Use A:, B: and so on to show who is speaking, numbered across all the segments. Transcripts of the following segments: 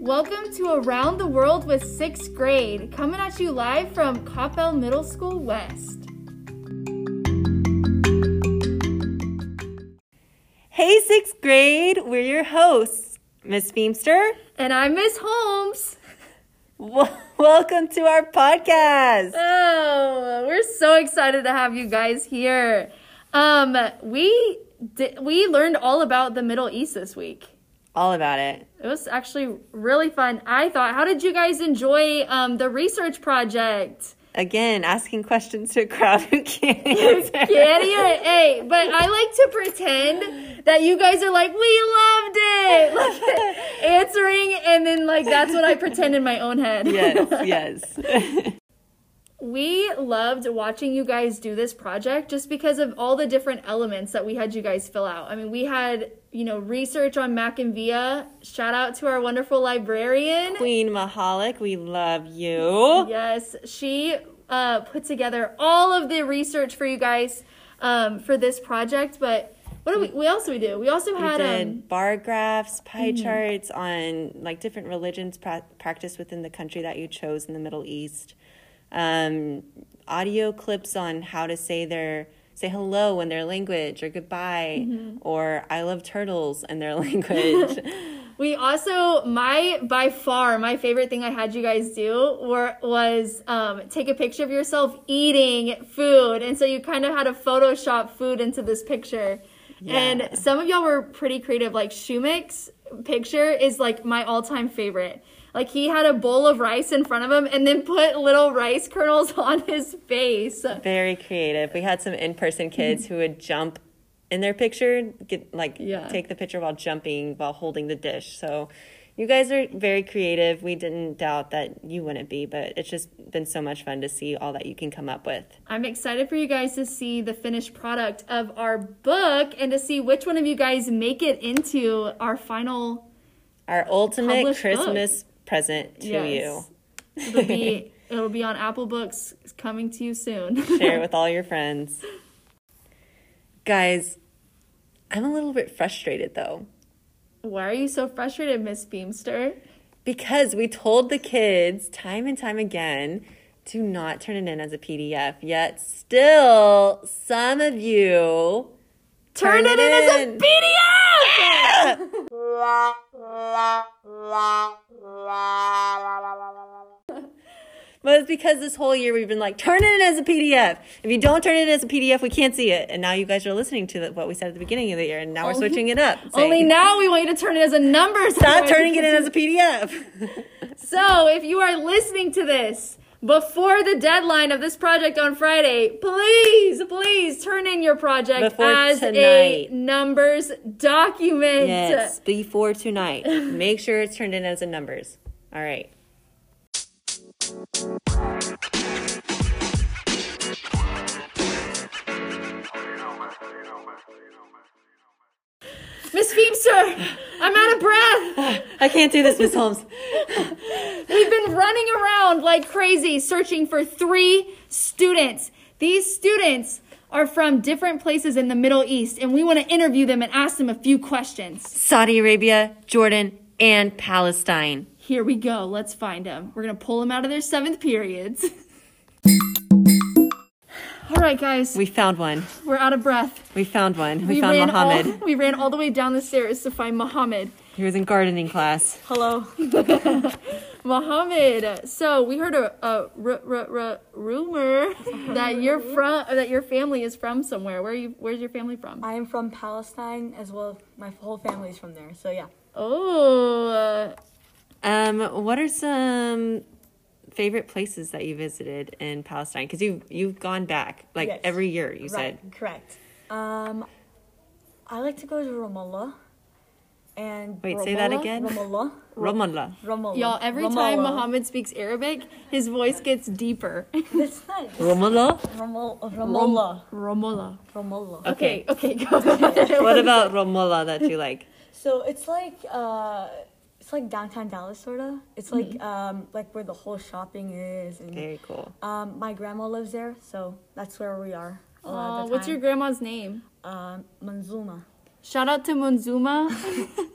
A: Welcome to Around the World with Sixth Grade, coming at you live from Coppell Middle School West.
B: Hey, sixth grade, we're your hosts, Miss Beamster.
A: And I'm Miss Holmes.
B: W- welcome to our podcast.
A: Oh, we're so excited to have you guys here. Um, we di- we learned all about the Middle East this week.
B: All about it.
A: It was actually really fun. I thought, how did you guys enjoy um, the research project?
B: Again, asking questions to a crowd who can't answer.
A: Get it? Hey, but I like to pretend that you guys are like, we loved it, like answering, and then like that's what I pretend in my own head.
B: Yes, yes.
A: We loved watching you guys do this project just because of all the different elements that we had you guys fill out. I mean, we had, you know, research on Mac and Via. Shout out to our wonderful librarian.
B: Queen Mahalik, we love you.
A: Yes, she uh, put together all of the research for you guys um, for this project. But what do we? What else do we do? We also
B: We
A: had um, Mm-hmm.
B: did bar graphs, pie charts on like different religions pra- practiced within the country that you chose in the Middle East. Um, audio clips on how to say their say hello in their language or goodbye
A: Mm-hmm.
B: or I love turtles in their language.
A: we also my by far my favorite thing I had you guys do were was um, take a picture of yourself eating food, and so you kind of had to Photoshop food into this picture.
B: Yeah.
A: And some of y'all were pretty creative. Like Shumik's picture is like my all time favorite. Like he had a bowl of rice in front of him and then put little rice kernels on his face.
B: Very creative. We had some in-person kids who would jump in their picture, get like
A: Yeah.
B: take the picture while jumping while holding the dish. So you guys are very creative. We didn't doubt that you wouldn't be, but it's just been so much fun to see all that you can come up with.
A: I'm excited for you guys to see the finished product of our book and to see which one of you guys make it into our final.
B: Our ultimate
A: Published book.
B: Christmas present to
A: Yes. It'll be it'll be on Apple Books It's coming to you soon.
B: you. Share with all your friends. Guys, I'm a little bit frustrated though.
A: Why are you so frustrated, Miss Beamster?
B: Because we told the kids time and time again to not turn it in as a PDF, yet still some of you
A: Turn, it, in, as a PDF.
B: But it's because this whole year we've been like, turn it in as a PDF. If you don't turn it in as a PDF, we can't see it. And now you guys are listening to the, what we said at the beginning of the year, and now we're switching it up. saying,
A: Only now we want you to turn it as a number.
B: Stop turning it in as a PDF.
A: So, if you are listening to this before the deadline of this project on Friday, please, please turn in your project
B: Before
A: as a
B: tonight.
A: numbers document.
B: yes, before tonight. Make sure it's turned in as a numbers. All right.
A: Miss Feemster, I'm out of breath.
B: I can't do this, Miss Holmes.
A: We've been running around like crazy searching for three students. These students are from different places in the Middle East, and we want to interview them and ask them a few questions.
B: Saudi Arabia, Jordan, and Palestine.
A: Here we go. Let's find them. We're going to pull them out of their seventh periods. All right, guys.
B: We found one.
A: We're out of breath.
B: We found one. We, found Mohammed.
A: All, we ran all the way down the stairs to find Muhammad.
B: He was in gardening class.
A: Hello. Muhammad. So we heard a, a r- r- r- rumor that you're from that your family is from somewhere. Where are you where's your family from?
C: I am from Palestine as well. My whole family's from there. So yeah.
A: Oh, uh,
B: Um, what are some favorite places that you visited in Palestine? Because you you've gone back like
C: Yes.
B: every year. You
C: Right.
B: said
C: Correct. Um, I like to go to Ramallah. And
B: Wait, say that
A: Ramallah?
B: again.
C: Ramallah.
B: Ramallah.
C: Ramallah.
A: y'all every time
C: Ramallah.
A: Muhammad speaks Arabic, his voice gets deeper.
C: That's nice.
B: Ramallah.
C: Ramal- Ramallah.
A: Romola.
C: Ramallah.
A: Okay,
B: Okay.
A: okay, go ahead.
B: What about Ramallah that you like?
C: So it's like uh, it's like downtown Dallas, sorta. It's like
B: Mm-hmm.
C: um, like where the whole shopping is, and
B: Very cool.
C: um, my grandma lives there, so that's where we are. a lot of
A: Aw,
C: the
A: Uh, what's your
C: time.
A: grandma's name?
C: um, Manzuma?
A: Shout out to Monzuma.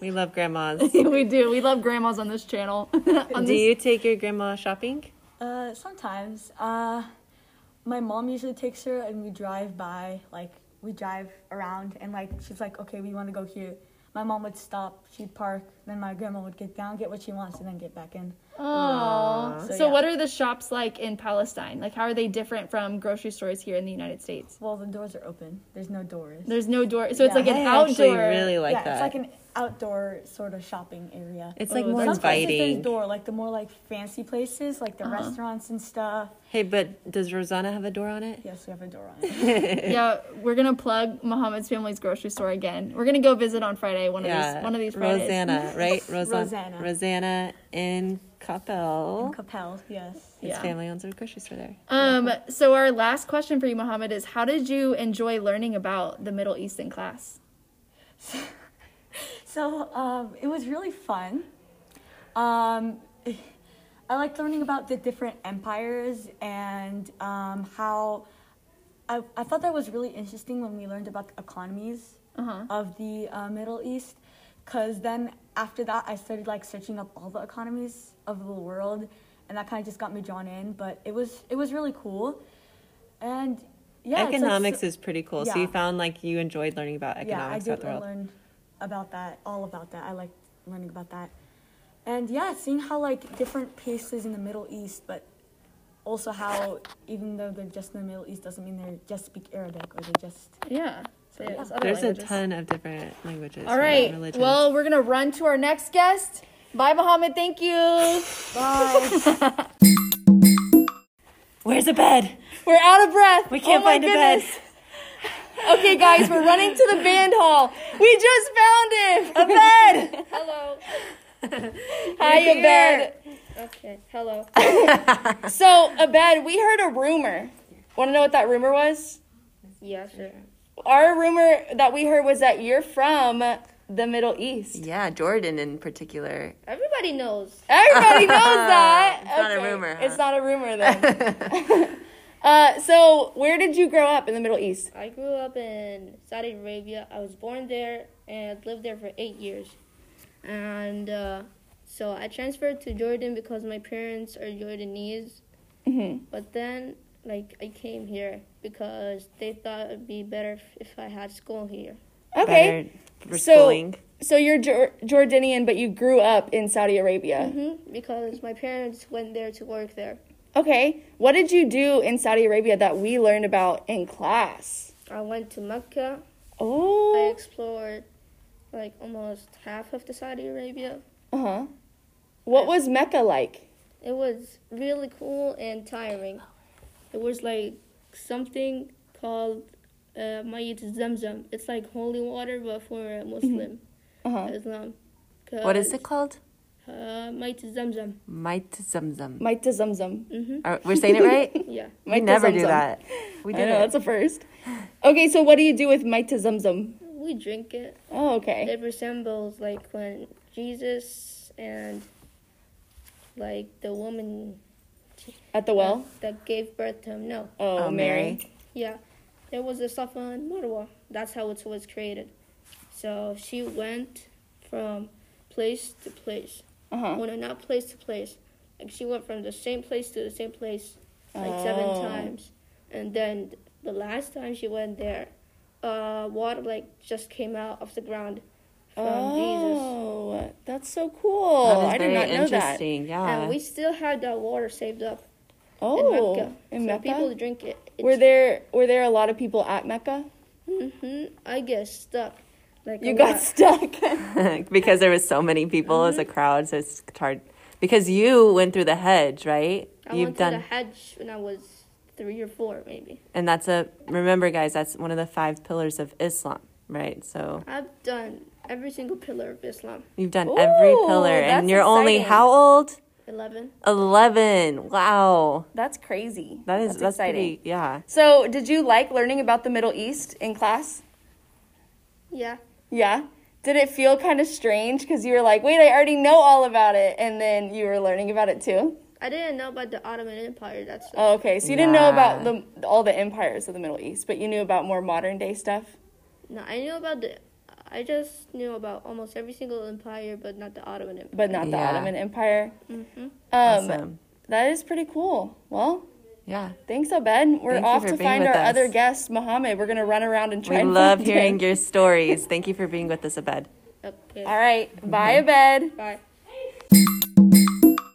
B: We love grandmas.
A: we do. We love grandmas on this channel. on
B: Do
A: this-
B: you take your grandma shopping?
C: Uh, sometimes. Uh, my mom usually takes her, and we drive by. Like we drive around, and like she's like, "Okay, we want to go here." My mom would stop. She'd park. Then my grandma would get down, get what she wants, and then get back in.
A: Aw. So,
C: So, yeah.
A: what are the shops like in Palestine? Like, how are they different from grocery stores here in the United States?
C: Well, the doors are open. There's no doors.
A: There's no door, so it's
C: Yeah.
A: like an
B: I actually
A: outdoor.
B: really like
C: yeah,
B: that.
C: it's like an outdoor sort of shopping area.
B: It's, like
A: Oh,
B: more
A: that's
C: Some places there's
B: inviting. Uh-huh.
C: door, like the more like fancy places, like the restaurants and stuff.
B: Hey, but does Rosanna have a door on it?
C: Yes, we have a door on it.
B: Uh-huh.
A: yeah, we're gonna plug Muhammad's family's grocery store again. We're gonna go visit on Friday. One of these, one of these Fridays.
B: Rosanna, right? Rosan-
C: Rosanna.
B: Rosanna in Capel.
C: Capel, yes.
B: His
A: Yeah.
B: family owns a grocery store there.
A: Um. So our last question for you, Muhammad, is how did you enjoy learning about the Middle East in class?
C: So um, it was really fun. Um, I liked learning about the different empires and um, how I, I thought that was really interesting when we learned about the economies of the uh, Middle East. Because then after that, I started like searching up all the economies of the world, and that kind of just got me drawn in. But it was it was really cool, and yeah, it's, like,
B: economics
C: so-
B: is pretty cool. So
C: Yeah.
B: you found like you enjoyed learning about
C: yeah, I
B: economics
C: did
B: about the world.
C: learn about that, all about that. I like learning about that, and yeah, seeing how like different places in the Middle East, but also how even though they're just in the Middle East doesn't mean they just speak Arabic or they just
A: Yeah.
C: So yeah,
A: other
B: There's a
A: languages.
B: ton of different languages.
A: All
B: and
A: right.
B: religions.
A: Well, we're gonna run to our next guest. Bye, Muhammad. Thank you.
C: bye.
B: where's a bed?
A: We're out of breath.
B: We can't
A: Oh my
B: find a bed.
A: goodness. Okay, guys, we're running to the band hall. We just found him. A bed. hello. Hi,
B: You're
A: a bed. Okay. Hello. so, a bed. We heard a rumor. Want to know what that rumor was?
D: Yeah, sure.
A: Our rumor that we heard was that you're from the Middle East.
B: Yeah, Jordan in particular.
D: Everybody knows.
A: Everybody knows that.
B: It's not a rumor, huh?
A: It's not a rumor then. uh, so, where did you grow up in the Middle East?
D: I grew up in Saudi Arabia. I was born there and lived there for eight years. And uh, so I transferred to Jordan because my parents are Jordanese.
A: Mhm.
D: But then, like, I came here because they thought it'd be better f- if I had school here.
A: Okay.
B: Better for
A: So-
B: schooling.
A: So you're Jor- Jordanian, but you grew up in Saudi Arabia.
D: Mm-hmm. Because my parents went there to work there.
A: Okay. What did you do in Saudi Arabia that we learned about in class?
D: I went to Mecca. I
A: Oh.
D: explored like almost half of the Saudi Arabia.
A: Uh huh. What was Mecca like?
D: It was really cool and tiring. It was like something called uh, Mayit Zamzam. It's like holy water, but for a Muslim
A: Uh huh.
D: Islam.
B: Mm-hmm. What is it called?
D: Uh, Mayit Zamzam.
B: Might Zamzam.
A: Mike to Zumzum.
D: Mm-hmm.
B: Are- We're saying it right?
D: Yeah.
B: we
A: Might to
B: never do
A: Zamzam.
B: that. We
A: I
B: did
A: know
B: it.
A: that's a first. Okay, so what do you do with Mike to Zumzum?
D: We drink it.
A: Oh, okay.
D: It resembles like when Jesus and like the woman
A: At the well.
D: that gave birth to him. No.
A: Oh,
B: Oh,
A: Mary.
B: Mary.
D: Yeah, there was a Safa and Marwa. That's how it was created. So she went from place to place.
A: Uh huh.
D: Well, no, not place to place. Like she went from the same place to the same place like seven
A: Oh.
D: times, and then the last time she went there, uh, water like just came out of the ground from Jesus.
A: Oh, that's so cool.
B: That is
A: I did
B: very
A: not know that.
B: interesting. Yeah.
D: And we still have that water saved up
A: Oh,
D: in Mecca.
A: in
D: so
A: Mecca?
D: people drink it. It's
A: Were there were there a lot of people at Mecca?
D: hmm I get stuck. Like a
A: You got
D: lot.
A: stuck.
B: because there was so many people as a crowd, so it's hard. Because you went through the hedge, right?
D: I
B: You've
D: went to the hedge when I was three or four, maybe.
B: and that's a remember, guys. That's one of the five pillars of Islam, right? So
D: I've done every single pillar of Islam.
B: you've done every
A: Ooh,
B: pillar,
A: that's
B: and you're only
A: exciting.
B: how old?
D: Eleven.
B: Eleven. Wow,
A: That's crazy.
B: that is that's,
A: exciting.
B: pretty. Yeah,
A: So, did you like learning about the Middle East in class?
D: Yeah.
A: Yeah. Did it feel kind of strange because you were like, wait, I already know all about it, and then you were learning about it too?
D: I didn't know about the Ottoman Empire. That's
A: Oh, okay, so you didn't know about
B: Yeah.
A: the all the empires of the Middle East, but you knew about more modern day stuff.
D: no. I knew about the I just knew about almost every single empire, but not the Ottoman Empire.
A: but not the
B: Yeah.
A: Ottoman Empire.
D: Mm-hmm.
A: Um,
B: awesome.
A: That is pretty cool. Well,
B: Yeah.
A: thanks, Abed. We're
B: Thank you
A: off
B: for
A: to
B: being
A: find our
B: with us.
A: other guest, Mohammed. We're going to run around and try
B: We
A: and
B: love
A: find him.
B: hearing your stories. Thank you for being with us, Abed.
D: Okay.
A: All right. Bye, Abed.
D: Bye.
A: All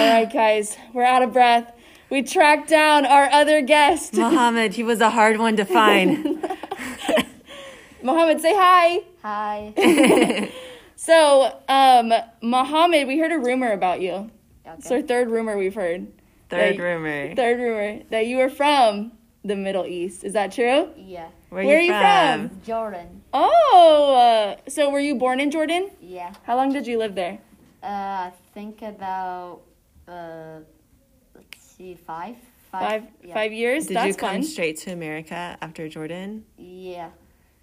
A: right, guys. We're out of breath. We tracked down our other guest.
B: Mohammed, he was a hard one to find.
A: Mohammed, say hi.
E: Hi.
A: So, um, Mohammed, we heard a rumor about you. It's
E: Okay.
A: our third rumor we've heard.
B: Third
A: Like-
B: rumor.
A: Third rumor that you are from the Middle East. Is that true?
E: Yeah.
B: Where,
A: where
B: you
A: are you
B: from?
E: Jordan.
A: Oh, uh, so were you born in Jordan?
E: Yeah.
A: How long did you live there?
E: Uh, I think about uh, let's see, five,
A: Five,
E: yeah.
A: five years.
B: Did
A: That's
B: you come
A: fun.
B: straight to America after Jordan?
E: Yeah.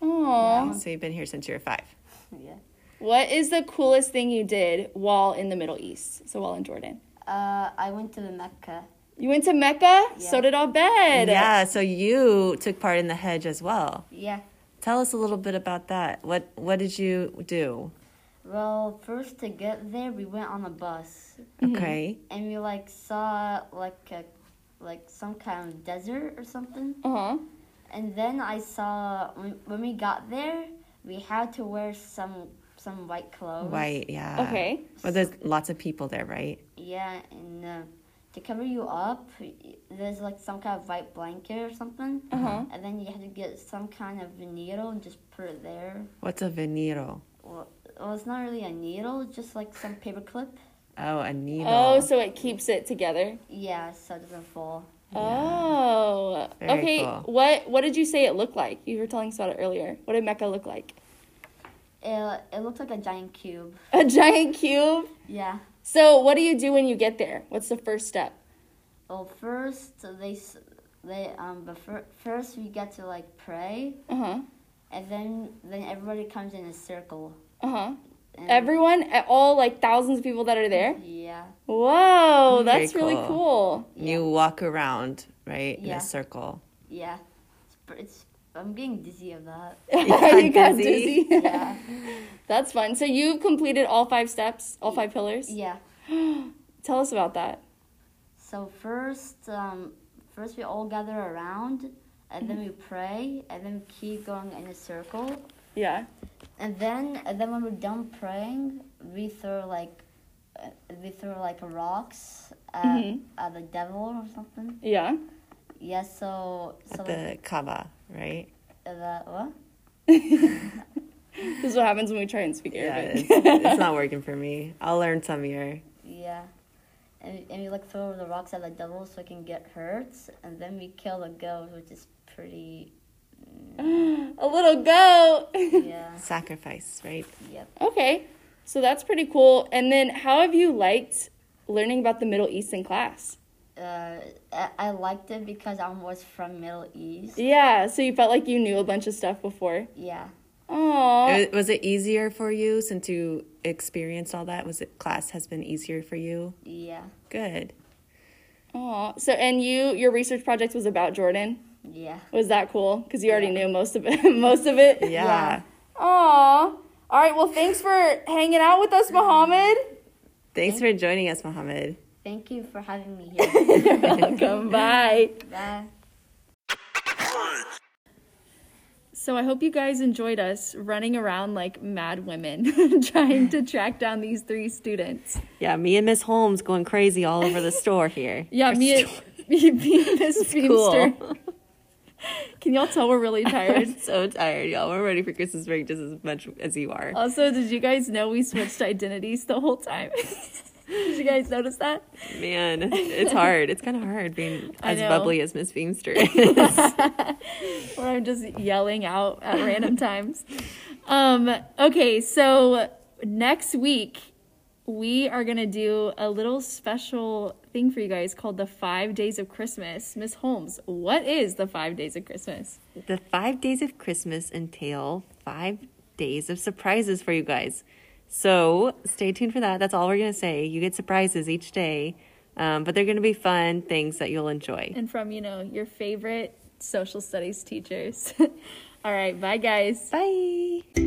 A: Aw.
B: So you've been here since you were five.
E: Yeah.
A: What is the coolest thing you did while in the Middle East? So while in Jordan,
E: Uh, I went to the Mecca.
A: you went to Mecca. So
E: Yeah.
A: did Abed.
B: Yeah, so you took part in the hedge as well.
E: Yeah.
B: Tell us a little bit about that. What what did you do?
E: Well, first to get there, we went on a bus,
B: Okay.
E: and we like saw like a, like some kind of desert or something.
A: Uh huh.
E: And then I saw when, when we got there, we had to wear some some white clothes.
B: White, yeah.
A: Okay.
B: Well, there's lots of people there, right?
E: Yeah, and uh, to cover you up, y- there's like some kind of white blanket or something,
A: Uh-huh.
E: and then you have to get some kind of needle and just put it there.
B: What's a venero?
E: Well, well it's not really a needle, it's just like some paper clip.
B: Oh, a needle.
A: Oh, so it keeps it together.
E: Yeah, so it doesn't fall.
A: Oh.
B: Very
A: okay.
B: cool.
A: What What did you say it looked like? You were telling us about it earlier. What did Mecca look like?
E: It it looks like a giant cube.
A: A giant cube.
E: Yeah.
A: So what do you do when you get there? What's the first step?
E: Well, first they s- they um before, first we get to like pray,
A: Uh huh.
E: and then then everybody comes in a circle.
A: Uh huh.
B: Mm.
E: And,
A: Everyone, at all like thousands of people that are there.
E: Yeah.
A: Whoa,
B: Mm, Very
A: that's really
B: cool.
A: cool.
B: You walk around, right, in
E: Yeah.
B: a circle.
E: Yeah, it's, pr- it's I'm getting dizzy of that.
A: you
B: got
A: got
B: dizzy?
A: dizzy.
E: Yeah,
A: That's fun. So you completed all five steps, all five pillars.
E: yeah.
A: Tell us about that.
E: So first, um, first we all gather around, and then we pray, and then we keep going in a circle,
A: Yeah.
E: and then and then when we're done praying, we throw like, uh, we throw like rocks at,
A: Mhm.
E: at the devil or something.
A: Yeah.
E: Yeah. So so
B: The Kaaba, right?
E: uh, the what?
A: This is what happens when we try and speak
B: Yeah,
A: Arabic.
B: it's, it's not working for me. I'll learn some year.
E: Yeah. And, and we like throw the rocks at the devil so it can get hurt, and then we kill the goat, which is pretty.
A: A little go.
E: Yeah.
B: Sacrifice, right?
E: yep.
A: okay. So that's pretty cool. And then how have you liked learning about the Middle East in class?
E: uh, I I liked it because I was from Middle East.
A: Yeah. So you felt like you knew a bunch of stuff before.
E: Yeah,
A: Oh.
B: Uh, Was it easier for you since you experienced all that? Was it class has been easier for you?
E: yeah,
B: Good.
A: Oh. So and you your research project was about Jordan.
E: yeah.
A: Was that cool? Because you already knew most of it. most of it.
B: Yeah.
A: Aw. All right. Well, thanks for hanging out with us, Mohammed.
B: Thanks for joining us, Mohammed.
E: Thank you for having me here.
A: Welcome. Bye.
E: Bye.
F: So I hope you guys enjoyed us running around like mad women trying to track down these three students.
B: Yeah, me and Miss Holmes going crazy all over the store here.
F: Yeah, me and, me, me and this
B: cool.
F: Beamster. Can y'all tell we're really tired?
B: I'm so tired, y'all. We're ready for Christmas break just as much as you are.
F: also, did you guys know we switched identities the whole time? did you guys notice that?
B: Oh, Man, it's hard. It's kind of hard being
F: I
B: as
F: know.
B: bubbly as Miss Beamster is.
F: Where I'm just yelling out at random times. Um, okay, so next week we are gonna do a little special thing for you guys called the Five Days of Christmas. Miss Holmes, what is the Five Days of Christmas?
B: The five days of Christmas entail five days of surprises for you guys. So stay tuned for that. That's all we're going to say. You get surprises each day, um, but they're going to be fun things that you'll enjoy.
F: And from you know your favorite social studies teachers. All right, bye guys.
B: Bye.